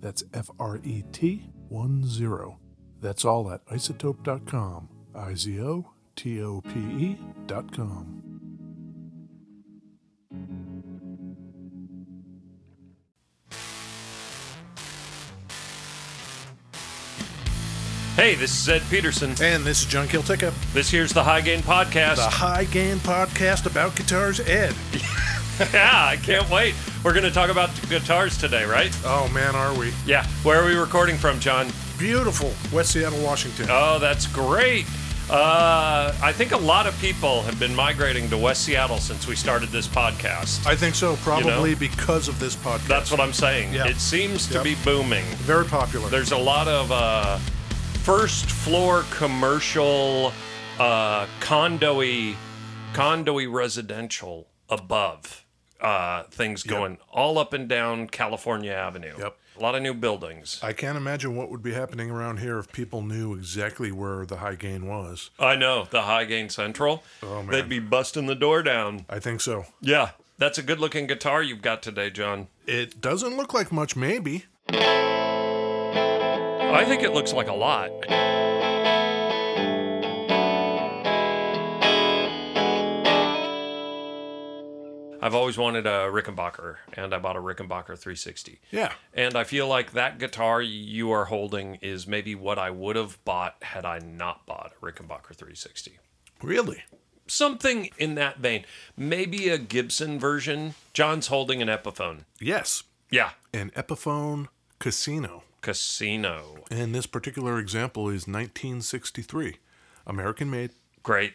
That's F R E T 1 0. That's all at isotope.com. I Z O T O P E E.com. Hey, this is Ed Peterson. And this is John Kiltica, This here's the High Gain Podcast. the High Gain Podcast about guitars. Ed. yeah, I can't wait. We're going to talk about guitars today, right? Oh man, are we Yeah. Where are we recording from, John? beautiful? West Seattle, Washington. Oh, that's great. Uh, I think a lot of people have been migrating to West Seattle since we started this podcast. I think so, probably because of this podcast. That's what I'm saying. Yeah. It seems to Yep. be booming. Very popular. There's a lot of uh, first floor commercial, uh, condo-y, condo-y residential above uh, things going all up and down California Avenue. Yep. A lot of new buildings. I can't imagine what would be happening around here if people knew exactly where the High Gain was. I know the High Gain Central. Oh, man. They'd be busting the door down. I think so. Yeah, that's a good-looking guitar you've got today, John. It doesn't look like much, maybe. I think it looks like a lot. I've always wanted a Rickenbacker, and I bought a Rickenbacker 360. Yeah. And I feel like that guitar you are holding is maybe what I would have bought had I not bought a Rickenbacker 360. Really? Something in that vein. Maybe a Gibson version. John's holding an Epiphone. Yes. Yeah, An Epiphone Casino. Casino. And this particular example is 1963. American made Great.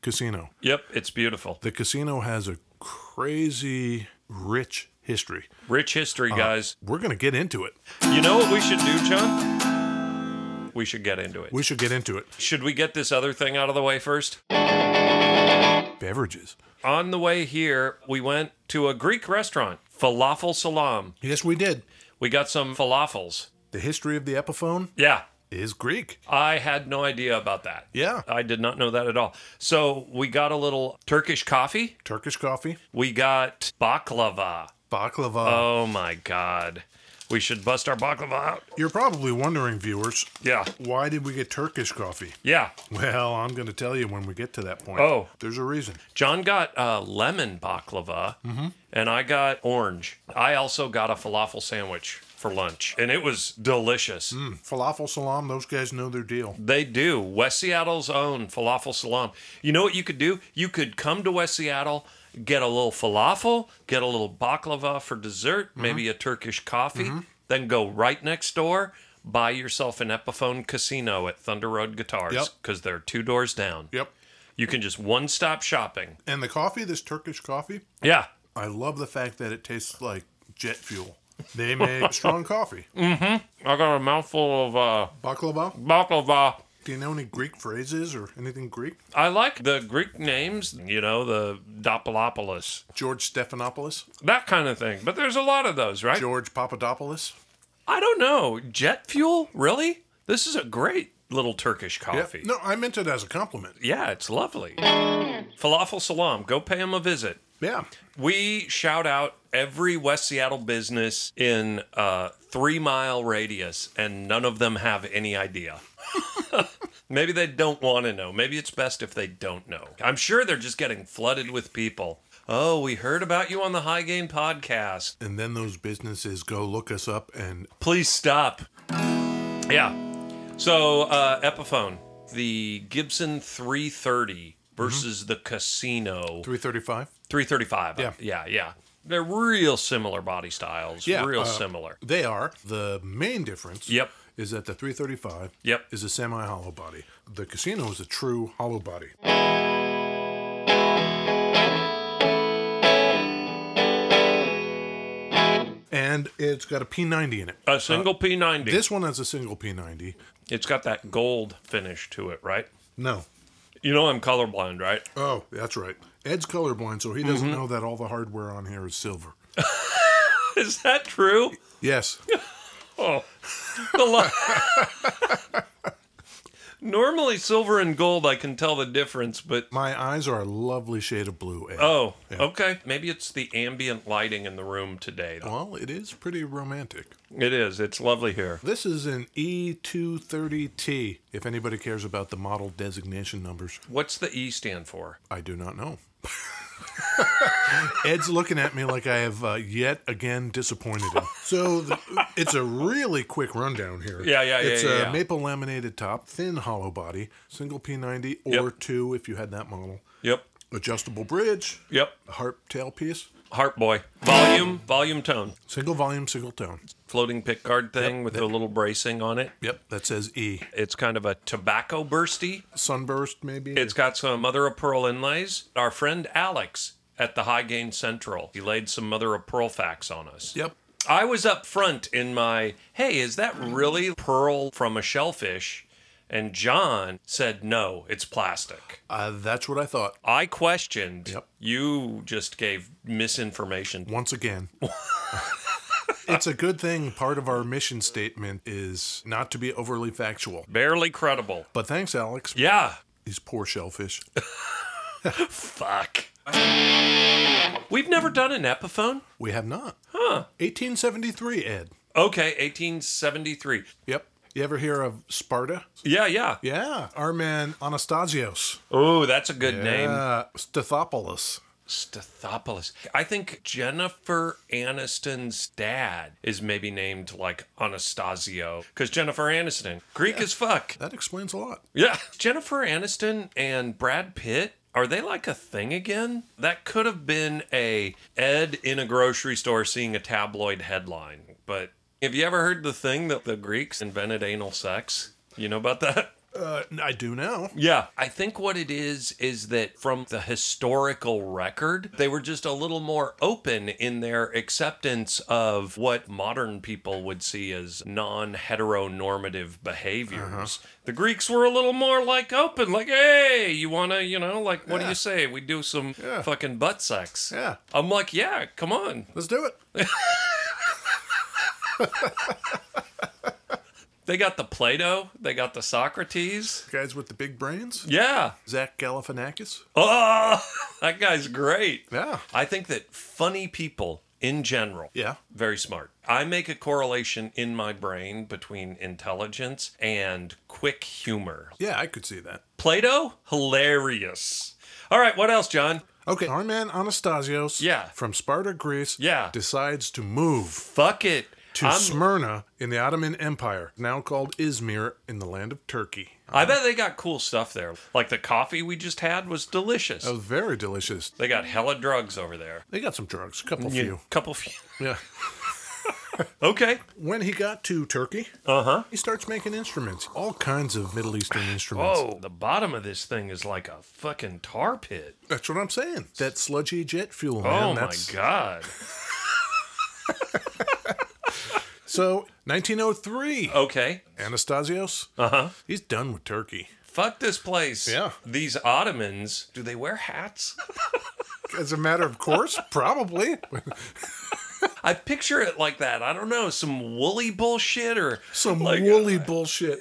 casino. Yep, it's beautiful. The casino has a crazy rich history. Rich history, guys. We're going to get into it. You know what we should do, John? We should get into it. We should get into it. Should we get this other thing out of the way first? Beverages. On the way here, we went to a Greek restaurant, Falafel Salam. Yes, we did. We got some falafels. The history of the Epiphone Yeah, is Greek. I had no idea about that. Yeah. I did not know that at all. So we got a little Turkish coffee. Turkish coffee, We got baklava. baklava. Oh my God. We should bust our baklava out. You're probably wondering, viewers, Yeah. why did we get Turkish coffee? Yeah. Well, I'm going to tell you when we get to that point. Oh. There's a reason. John got uh, lemon baklava, and I got orange. I also got a falafel sandwich for lunch, and it was delicious. Mm. Hmm. Falafel Salam, those guys know their deal. They do. West Seattle's own falafel salam. You know what you could do? You could come to West Seattle, get a little falafel, get a little baklava for dessert, maybe a Turkish coffee, then go right next door, buy yourself an Epiphone Casino at Thunder Road Yep. Guitars because they're two doors down. Yep. You can just one stop shopping. And the coffee, this Turkish coffee, Yeah. I love the fact that it tastes like jet fuel. They make strong coffee. I got a mouthful of uh, Baklava, baklava. Do you know any Greek phrases or anything Greek? I like the Greek names, you know, the Dopolopoulos, George Stephanopoulos, that kind of thing. But there's a lot of those, right? George Papadopoulos. I don't know. Jet fuel? Really? This is a great little Turkish Yeah. coffee. No, I meant it as a compliment. Yeah, it's lovely. Falafel Salam. Go pay them a visit. Yeah. We shout out every West Seattle business in a three mile radius, and none of them have any idea. Maybe they don't want to know. Maybe it's best if they don't know. I'm sure they're just getting flooded with people. Oh, we heard about you on the High Gain podcast. And then those businesses go look us up and Please stop. Yeah. So, uh, Epiphone, the Gibson 330 versus the Casino 335. 335. Yeah. Yeah, yeah. They're real similar body styles. Yeah, Real uh, similar. They are. The main difference Yep. is that the 335 Yep. is a semi hollow body. The casino is a true hollow body. And it's got a P90 in it. A single P90. uh, This one has a single P90. it's got that gold finish to it, right? No. You know I'm colorblind, right? Oh, that's right. Ed's colorblind, so he doesn't know that all the hardware on here is silver. Is that true? Yes. Oh. The li- Normally silver and gold I can tell the difference, but My eyes are a lovely shade of blue, Ed. oh, okay. Maybe it's the ambient lighting in the room today. Well, it is pretty romantic. It is. It's lovely here. This is an E E230T. If anybody cares about the model designation numbers, What's the E stand for? I do not know. Ed's looking at me like I have uh, yet again disappointed him. So the, it's a really quick rundown here. Yeah, yeah, yeah, It's yeah, a yeah. maple laminated top, thin hollow body, single P90 or Yep. two if you had that model. Yep. Adjustable bridge, Yep. harp tailpiece, Heart boy. Volume, volume tone. single volume, single tone. floating pick guard thing with a little bracing on it. Yep, that says E. It's kind of a tobacco bursty. Sunburst maybe. It's got some mother of pearl inlays. Our friend Alex at the High Gain Central, he laid some mother of pearl facts on us. yep. I was up front in my, hey, is that really pearl from a shellfish? And John said, no, it's plastic. Uh, that's what I thought. I questioned. Yep. You just gave misinformation. once again. it's a good thing part of our mission statement is not to be overly factual. Barely credible. But thanks, Alex. Yeah. These poor shellfish. Fuck. We've never done an Epiphone. We have not. Huh. 1873, Ed. Okay, 1873. Yep. You ever hear of Sparta? Yeah, yeah. Yeah. Our man Anastasios. Oh, that's a good name. Uh, Stathopoulos. Stathopoulos. I think Jennifer Aniston's dad is maybe named like Anastasio because Jennifer Aniston, Greek as fuck. That explains a lot. Yeah. Jennifer Aniston and Brad Pitt. Are they like a thing again? That could have been a Ed in a grocery store seeing a tabloid headline. But have you ever heard the thing that the Greeks invented anal sex? You know about that? Uh, I do now. Yeah. I think what it is is that from the historical record, they were just a little more open in their acceptance of what modern people would see as non heteronormative behaviors. The Greeks were a little more like open, like, hey, you want to, you know, like, what do you say? We do some fucking butt sex. Yeah. I'm like, yeah, come on. Let's do it. They got the Plato, they got the Socrates. Guys with the big brains. Yeah. Zach Galifianakis. Oh, that guy's great. Yeah. I think that funny people in general, Yeah. very smart. I make a correlation in my brain between intelligence and quick humor. Yeah, I could see that. Plato, hilarious. All right, what else, John? Okay, our man Anastasios Yeah. from Sparta, Greece Yeah. decides to move Fuck it. to I'm- Smyrna in the Ottoman Empire, now called Izmir in the land of Turkey. I bet they got cool stuff there. Like the coffee we just had was delicious. That was very delicious. They got hella drugs over there. They got some drugs, a couple Yeah, few. couple few. Yeah. Okay. When he got to Turkey, Uh huh. he starts making instruments, all kinds of Middle Eastern instruments. Oh, the bottom of this thing is like a fucking tar pit. That's what I'm saying. That sludgy jet fuel, man. Oh my that's- god. So, 1903, Okay. Anastasios, uh-huh. he's done with Turkey. Fuck this place. Yeah. These Ottomans, do they wear hats? Oh As a matter of course, probably. I picture it like that. I don't know, some woolly bullshit or Some like, woolly bullshit.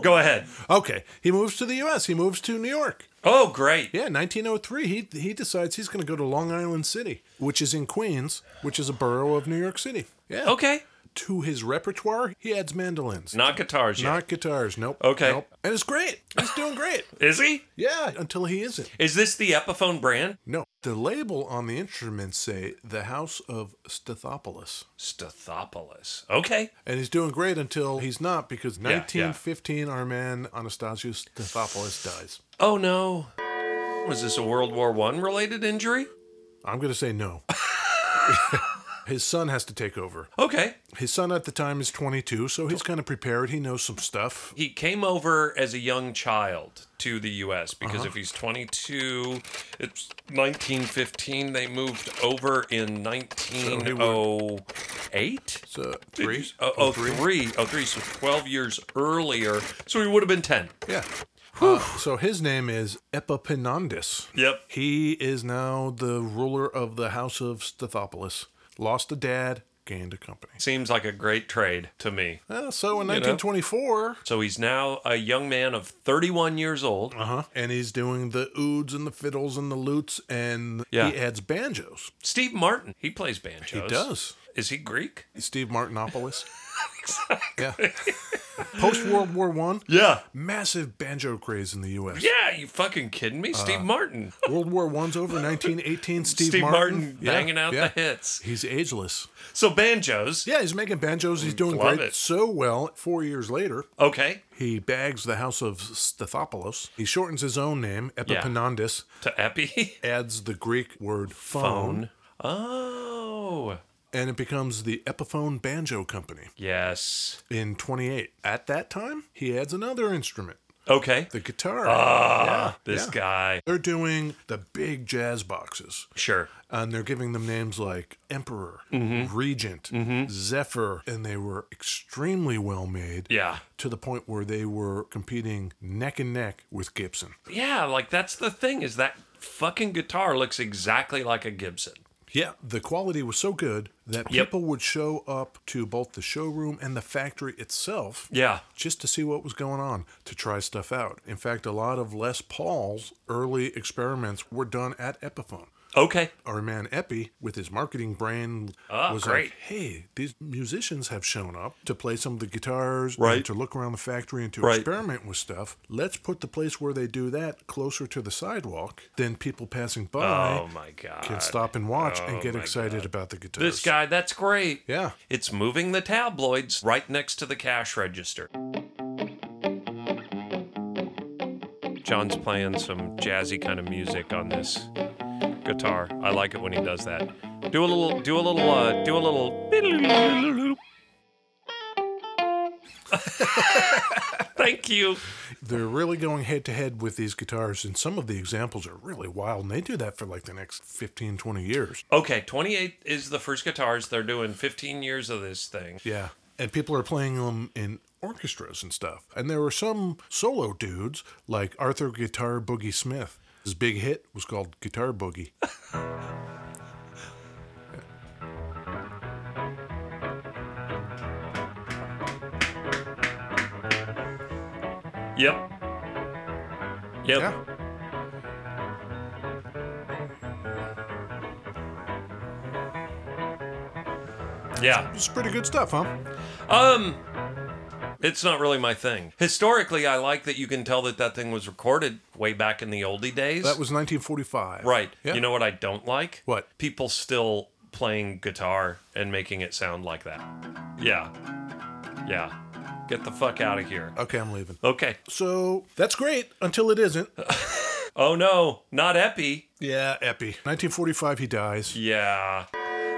Go ahead. okay, he moves to the U.S. He moves to New York. Oh, great. Yeah, 1903. He he decides he's going to go to Long Island City, which is in Queens, which is a borough of New York City. Yeah. Okay. To his repertoire, he adds mandolins. Not guitars yet. Not guitars. Nope. Okay. Nope. And it's great. He's doing great. Is he? Yeah, until he isn't. Is this the Epiphone brand? No. The label on the instruments say the House of Stethopoulos. Stathopoulos. Okay. And he's doing great until he's not because yeah. 1915 our man Anastasius Stathopoulos dies. Oh no. Was this a World War One related injury? I'm going to say no. His son has to take over. Okay. His son at the time is 22, so he's kind of prepared. He knows some stuff. He came over as a young child to the U.S. because if he's 22, it's 1915. They moved over in 1908. So three, Oh, oh, three. Oh, three. So 12 years earlier. So he would have been 10. Yeah. Uh, so his name is Epaminondas. Yep. He is now the ruler of the House of Stethopoulos. Lost a dad, gained a company. Seems like a great trade to me. Uh, so in 1924, So he's now a young man of 31 years old. uh-huh, and he's doing the ouds and the fiddles and the lutes, and Yeah. he adds banjos. Steve Martin. He plays banjos. He does. Is he Greek? Steve Martinopoulos. Yeah. Post World War One, Yeah. massive banjo craze in the U.S. Yeah, you fucking kidding me? Steve Martin. World War One's over. 1918. Steve, Steve, Martin, banging out yeah. the hits. He's ageless. So banjos. Yeah, he's making banjos. He's doing Mm, Love great. it. So well. Four years later, Okay. he bags the house of Stethopoulos. He shortens his own name, Epaminondas, To epi. adds the Greek word phone, Phone. Oh. and it becomes the Epiphone Banjo Company Yes. in 28. At that time, he adds another instrument, Okay. the guitar. Yeah, Ah, This yeah. guy. They're doing the big jazz boxes. Sure. and they're giving them names like Emperor, Mm-hmm. Regent, Zephyr, and they were extremely well made. Yeah. To the point where they were competing neck and neck with Gibson. Yeah, like that's the thing is that fucking guitar looks exactly like a Gibson. Yeah. The quality was so good that Yep. people would show up to both the showroom and the factory itself Yeah. just to see what was going on, to try stuff out. In fact, a lot of Les Paul's early experiments were done at Epiphone. Okay. our man Epi, with his marketing brain, Ah, was great. like, "Hey, these musicians have shown up to play some of the guitars, Right. and to look around the factory and to Right. experiment with stuff. Let's put the place where they do that closer to the sidewalk, then people passing by Oh my god. can stop and watch and get excited about the guitars." This guy, that's great. yeah, It's moving the tabloids right next to the cash register. John's playing some jazzy kind of music on this guitar. I like it when he does that. Do a little, do a little, uh, do a little. Thank you. they're really going head to head with these guitars, and some of the examples are really wild. And they do that for like the next 15, 20 years. Okay, 28 is the first guitars. They're doing 15 years of this thing. Yeah. And people are playing them in orchestras and stuff. And there were some solo dudes like Arthur Guitar Boogie Smith. His big hit was called Guitar Boogie. Yep. Yep. yeah. It's pretty good stuff, huh? Um, it's not really my thing. Historically, I like that you can tell that that thing was recorded way back in the oldie days. That was 1945. right. Yeah. You know what I don't like? What? People still playing guitar and making it sound like that. Yeah. Yeah. Get the fuck out of here. Okay, I'm leaving. Okay. So that's great until it isn't. Oh no, not Epi. Yeah, Epi. 1945, he dies. Yeah.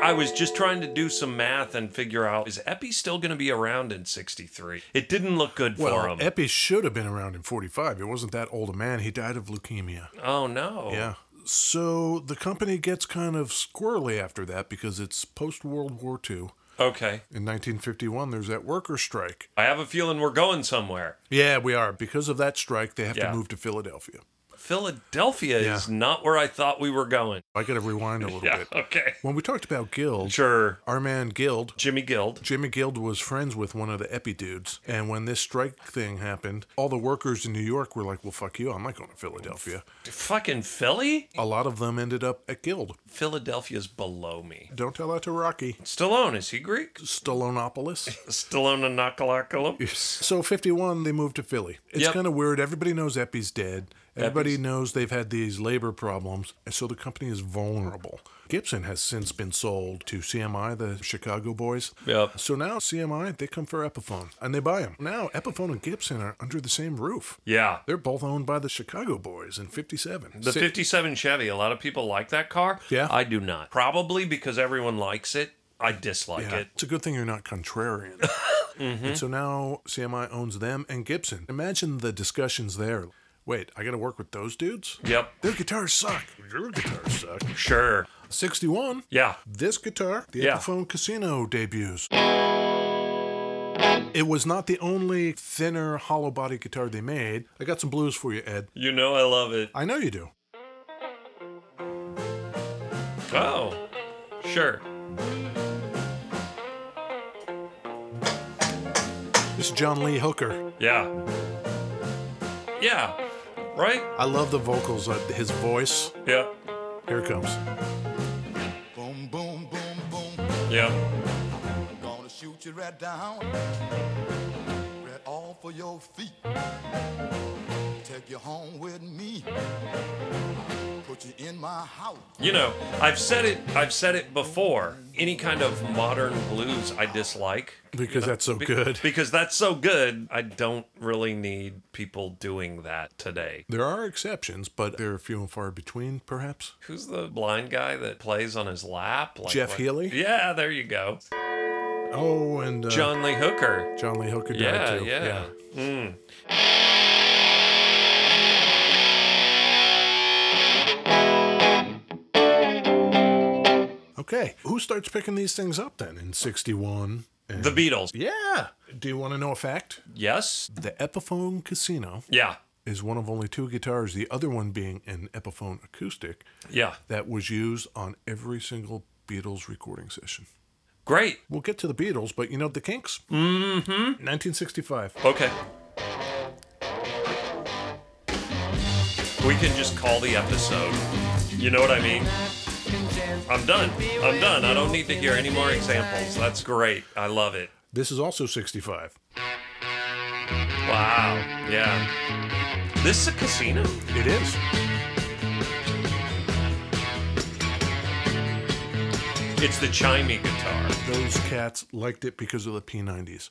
I was just trying to do some math and figure out is Epi still going to be around in 63? It didn't look good for Well, him. Epi should have been around in 45. It wasn't that old a man. He died of leukemia. oh no. Yeah. So the company gets kind of squirrely after that because it's post World War II. Okay. In 1951, there's that worker strike. I have a feeling we're going somewhere. Yeah, we are. Because of that strike, they have Yeah. to move to Philadelphia. Philadelphia Yeah. is not where I thought we were going. I got to rewind a little Yeah, bit. okay. When we talked about Guild, Sure. our man Guild, Jimmy Guild. Jimmy Guild was friends with one of the Epi dudes. And when this strike thing happened, all the workers in New York were like, well, fuck you. I'm not going to Philadelphia. Fucking Philly? A lot of them ended up at Guild. Philadelphia's below me. Don't tell that to Rocky. Stallone, is he Greek? Stallonopolis. Stallone and Nakalakalam? So 51, they moved to Philly. It's Yep. kind of weird. Everybody knows Epi's dead. Everybody knows they've had these labor problems, and so the company is vulnerable. Gibson has since been sold to CMI, the Chicago boys. Yep. So now CMI, they come for Epiphone, and they buy them. Now Epiphone and Gibson are under the same roof. Yeah. They're both owned by the Chicago boys in 57. The Si- 57 Chevy, a lot of people like that car. Yeah. I do not. Probably because everyone likes it. I dislike Yeah, it. It's a good thing you're not contrarian. Mm-hmm. And so now CMI owns them and Gibson. Imagine the discussions there. Wait, I got to work with those dudes? Yep. Their guitars suck. Your guitars suck. Sure. 61. Yeah. This guitar, the Yeah. Epiphone Casino debuts. It was not the only thinner hollow body guitar they made. I got some blues for you, Ed. You know I love it. I know you do. Oh. Sure. This is John Lee Hooker. Yeah. Yeah. Right? I love the vocals, uh, his voice. Yeah. Here it comes. Boom, boom, boom, boom. Yeah. Gonna shoot you right down. Right off of your feet. Take you home with me. Put you in my house. You know, I've said it I've said it before. Any kind of modern blues I dislike. Because that's so Be- good. Because that's so good. I don't really need people doing that today. There are exceptions, but they're few and far between, perhaps. Who's the blind guy that plays on his lap? Like, Jeff Uh, Healey? Yeah, there you go. Oh, and uh, John Lee Hooker. John Lee Hooker died Yeah, too. yeah. Okay. Who starts picking these things up then in 61? And- The Beatles. yeah. Do you want to know a fact? Yes. The Epiphone Casino Yeah. is one of only two guitars, the other one being an Epiphone acoustic, Yeah. that was used on every single Beatles recording session. Great. We'll get to the Beatles, but you know the Kinks? Mm-hmm. 1965. Okay. We can just call the episode. You know what I mean? I'm done. I'm done. I don't need to hear any more examples. That's great. I love it. This is also 65. Wow. Yeah. This is a casino. It is. It's the chimey guitar. Those cats liked it because of the P90s.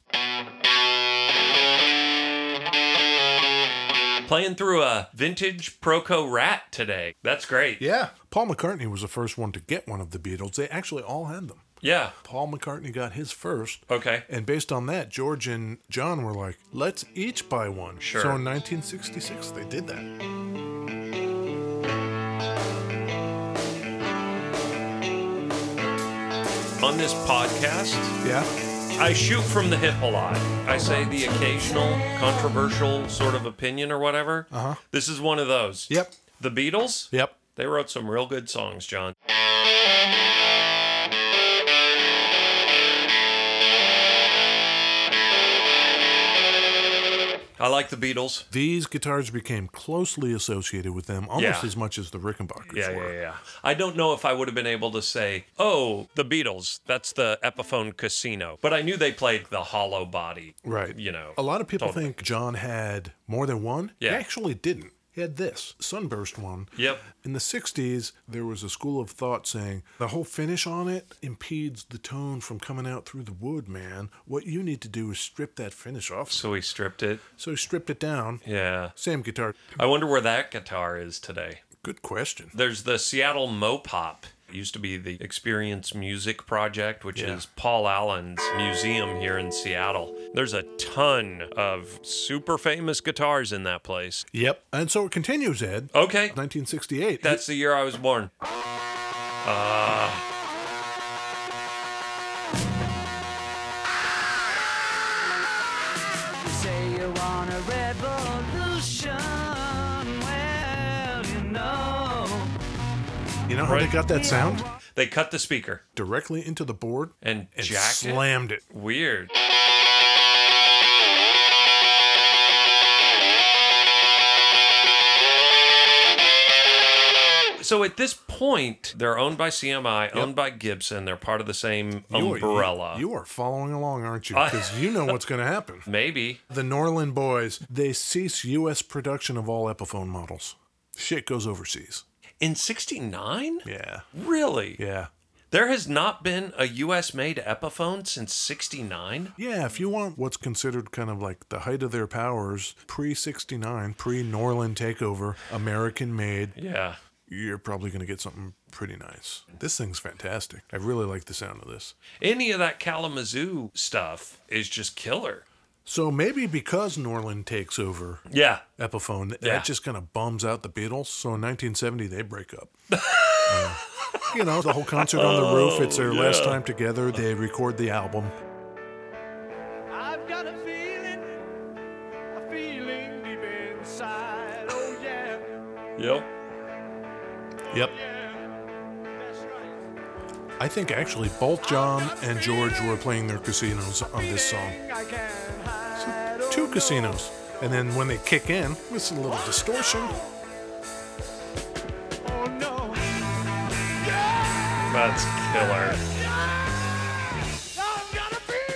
Playing through a vintage Proco Rat today. That's great. Yeah. Paul McCartney was the first one to get one of the Beatles. They actually all had them. Yeah. Paul McCartney got his first. Okay. And based on that, George and John were like, let's each buy one. Sure. So in 1966, they did that. On this podcast, Yeah. I shoot from the hip a lot. I say the occasional controversial sort of opinion or whatever. Uh-huh. This is one of those. Yep. The Beatles, Yep. they wrote some real good songs, John. I like the Beatles. These guitars became closely associated with them almost Yeah. as much as the Rickenbackers Yeah, yeah, were. yeah. I don't know if I would have been able to say, "Oh, the Beatles." That's the Epiphone Casino. But I knew they played the Hollow Body. Right. You know. a lot of people totally. think John had more than one. Yeah. He actually didn't. He had this sunburst one. Yep. In the 60s, there was a school of thought saying the whole finish on it impedes the tone from coming out through the wood, man. What you need to do is strip that finish off. So we stripped it. So he stripped it down. Yeah. Same guitar. I wonder where that guitar is today. Good question. There's the Seattle Mopop. It used to be the Experience Music Project, which is Paul Allen's museum here in Seattle. There's a ton of super famous guitars in that place. Yep. And so it continues, Ed. Okay. 1968. That's the year I was born. You say you want a revolution. Well, you know. you You know how they Right. got that sound? They cut the speaker Directly into the board and, and jacked it. slammed it. Weird. So at this point, they're owned by CMI, owned by Gibson. They're part of the same You are- umbrella. You, are following along, aren't you? Because you know what's going to happen. Maybe. The Norland boys, they cease U.S. production of all Epiphone models. Shit goes overseas. In 69? Yeah. Really? Yeah. There has not been a US made Epiphone since 69? Yeah, if you want what's considered kind of like the height of their powers, pre 69, pre Norland takeover, American made, Yeah. you're probably going to get something pretty nice. This thing's fantastic. I really like the sound of this. Any of that Kalamazoo stuff is just killer. So maybe because Norland takes over Yeah. Epiphone, th- Yeah. that just kind of bums out the Beatles. So in 1970, they break up. Uh, you know, the whole concert on the roof, it's their last time together. They record the album. I've got a feeling, a feeling deep inside. Oh yeah, Yep. Yep. that's right. I think actually both John and George were playing their casinos on this song. I can't hide. oh, two casinos. And then when they kick in, it's a little distortion. Oh no. That's killer. I've got a feeling.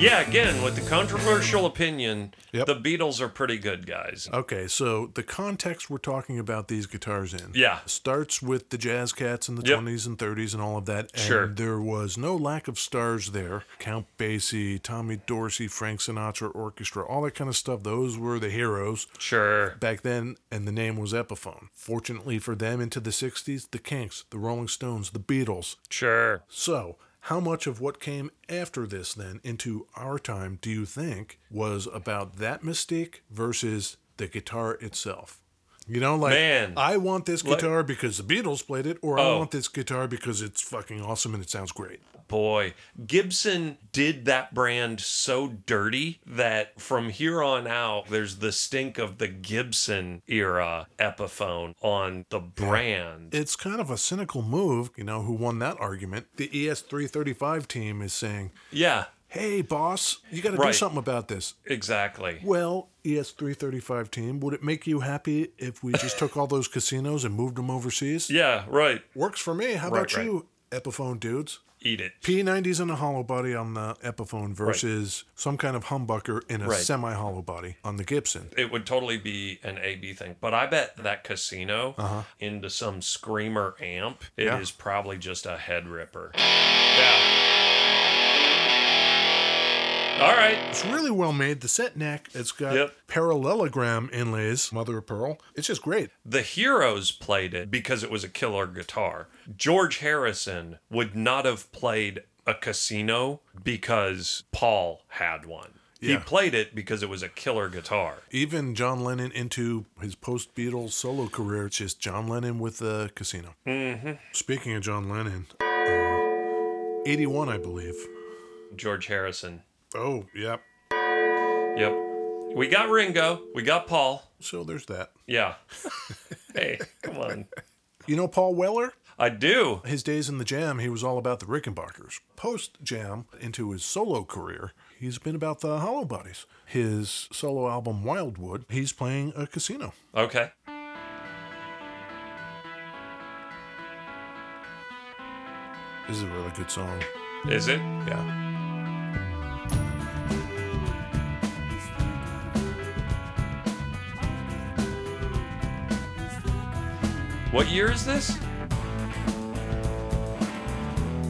Yeah, again, with the controversial opinion, Yep. Uh, the Beatles are pretty good guys. Okay, so the context we're talking about these guitars in Yeah. starts with the jazz cats in the Yep. 20s and 30s and all of that. And Sure. there was no lack of stars there. Count Basie, Tommy Dorsey, Frank Sinatra Orchestra, all that kind of stuff. Those were the heroes. Sure. back then, and the name was Epiphone. Fortunately for them, into the 60s, the Kinks, the Rolling Stones, the Beatles. Sure. So, how much of what came after this, then, into our time, do you think was about that mystique versus the guitar itself? You know, like, Man. I want this Like- guitar because the Beatles played it, or I Oh. want this guitar because it's fucking awesome and it sounds great. Boy, Gibson did that brand so dirty that from here on out, there's the stink of the Gibson era Epiphone on the brand. It's kind of a cynical move, you know, who won that argument. The E ES335 team is saying, Yeah, hey, boss, you got to do Right. something about this. exactly. Well, E ES335 team, would it make you happy if we just took all those casinos and moved them overseas? Yeah, right. Works for me. How about right. you, Epiphone dudes? Eat it. P90s and a hollow body on the Epiphone versus some kind of humbucker in a Right. semi hollow body on the Gibson. It would totally be an AB thing, but I bet that casino into some screamer amp it is Uh-huh. Yeah. probably just a head ripper. Yeah. All right. It's really well made. The set neck, it's got Yep. parallelogram inlays, mother of pearl. It's just great. The Heroes played it because it was a killer guitar. George Harrison would not have played a casino because Paul had one. He Yeah. played it because it was a killer guitar. Even John Lennon into his post Beatles solo career, it's just John Lennon with the casino. Mm-hmm. Speaking of John Lennon, uh, 81, I believe. George Harrison. Oh, yeah. Yep. We got Ringo. We got Paul. So there's that. Yeah. hey, come on. You know Paul Weller? I do. His days in the jam, he was all about the Rickenbackers. Post jam into his solo career, he's been about the Hollow Bodies. His solo album Wildwood, he's playing a casino. Okay. This is a really good song. Is it? Yeah. What year is this?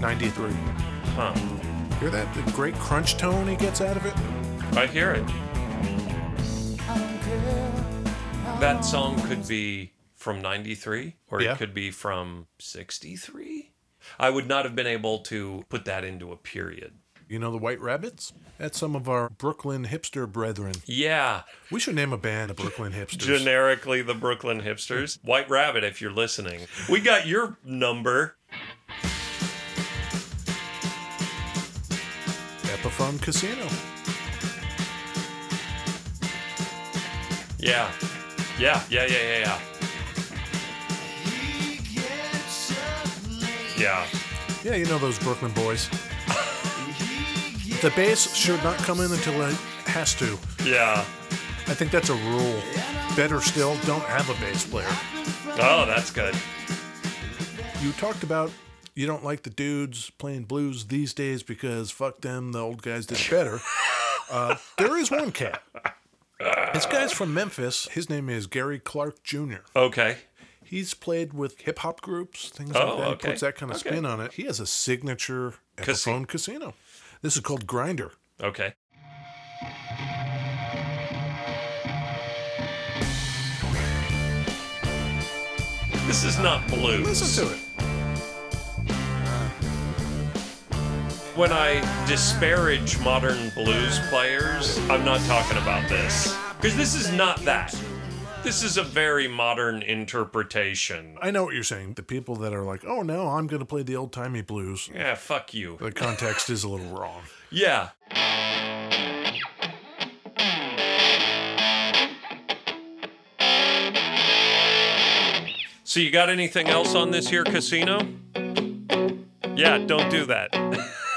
93. Huh. Hear that? The great crunch tone he gets out of it? I hear it. That song could be from 93 or Yeah. it could be from 63. I would not have been able to put that into a period. You know the White Rabbits? That's some of our Brooklyn hipster brethren. Yeah. We should name a band the Brooklyn Hipsters. Generically, the Brooklyn hipsters. White Rabbit, if you're listening, we got your number. Epiphone Casino. Yeah. Yeah. Yeah. Yeah. Yeah. Yeah. Yeah. Yeah, you know those Brooklyn boys. the bass should not come in until it has to. Yeah. I think that's a rule. Better still, don't have a bass player. Oh, that's good. You talked about you don't like the dudes playing blues these days because fuck them, the old guys did it better. Uh, there is one cat. This guy's from Memphis. His name is Gary Clark Jr. Okay. He's played with hip hop groups, things Oh, like that. He okay. Puts that kind of Okay. spin on it. He has a signature Casi- Epiphone casino. This is called Grinder. Okay. This is not blues. Listen to it. When I disparage modern blues players, I'm not talking about this. Because this is not that. This is a very modern interpretation. I know what you're saying. The people that are like, oh no, I'm going to play the old timey blues. Yeah, fuck you. The context is a little wrong. Yeah. So you got anything else on this here casino? Yeah, don't do that.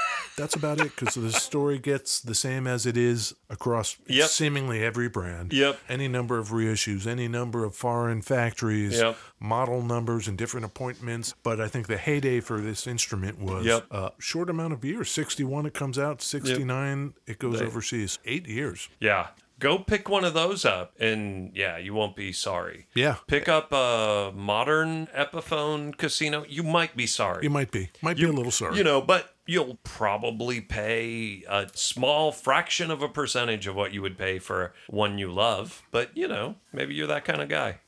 That's about it because the story gets the same as it is across Yep. seemingly every brand. Yep. Any number of reissues, any number of foreign factories, Yep. model numbers, and different appointments. But I think the heyday for this instrument was Yep. a short amount of years 61 it comes out, 69 it goes They- overseas. Eight years. Yeah. Go pick one of those up and yeah, you won't be sorry. Yeah. Pick up a modern Epiphone casino, you might be sorry. You might be. Might be a little sorry. You know, but you'll probably pay a small fraction of a percentage of what you would pay for one you love. But, you know, maybe you're that kind of guy.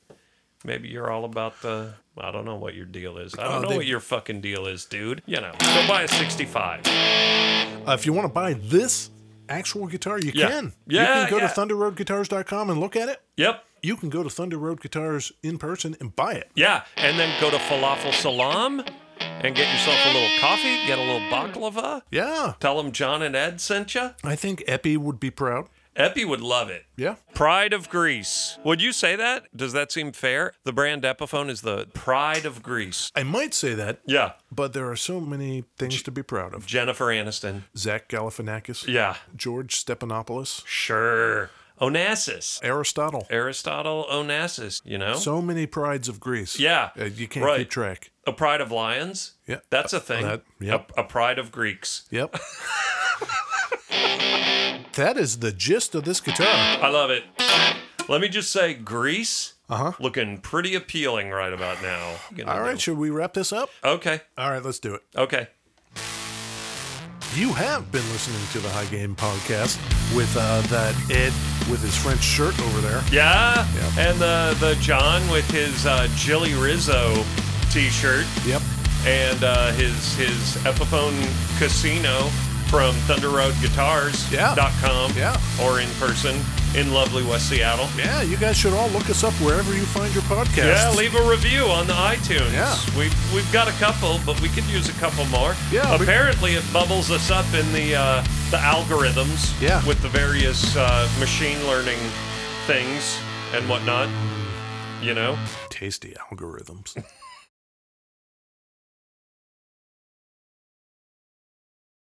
Maybe you're all about the. I don't know what your deal is. I don't Oh, know they- what your fucking deal is, dude. You know, go buy a 65. Uh, if you want to buy this actual guitar, you Yeah. can. Yeah, you can go yeah. to thunderroadguitars.com and look at it. Yep. You can go to Thunder Road Guitars in person and buy it. Yeah. And then go to Falafel Salam and get yourself a little coffee, get a little baklava. Yeah. Tell them John and Ed sent you. I think Epi would be proud. Epi would love it. Yeah. Pride of Greece. Would you say that? Does that seem fair? The brand Epiphone is the pride of Greece. I might say that, Yeah. but there are so many things to be proud of. Jennifer Aniston. Zach Galifianakis, Yeah. George Stephanopoulos, Sure. Onassis. Aristotle. Aristotle Onassis, you know? So many prides of Greece. Yeah, Uh, you can't right. keep track. a pride of lions. Yeah. That's a thing. That- yep. A, a pride of Greeks. Yep. that is the gist of this guitar. I love it. Let me just say Greece uh-huh. looking pretty appealing right about now. All right, should we wrap this up? Okay. All right, let's do it. Okay. You have been listening to the High Game Podcast with uh, that Ed with his French shirt over there. Yeah. Yeah. And the the John with his uh, Jilly Rizzo t-shirt Yep. and uh, his his Epiphone Casino from Thunder Road Guitars Yeah. dot com Yeah. or in person in lovely West Seattle. Yeah, you guys should all look us up wherever you find your podcast. Yeah, leave a review on the iTunes. Yeah. We've, we've got a couple, but we could use a couple more. Yeah, we- Apparently, it bubbles us up in the uh, the algorithms Yeah. with the various uh, machine learning things and whatnot. You know? Tasty algorithms.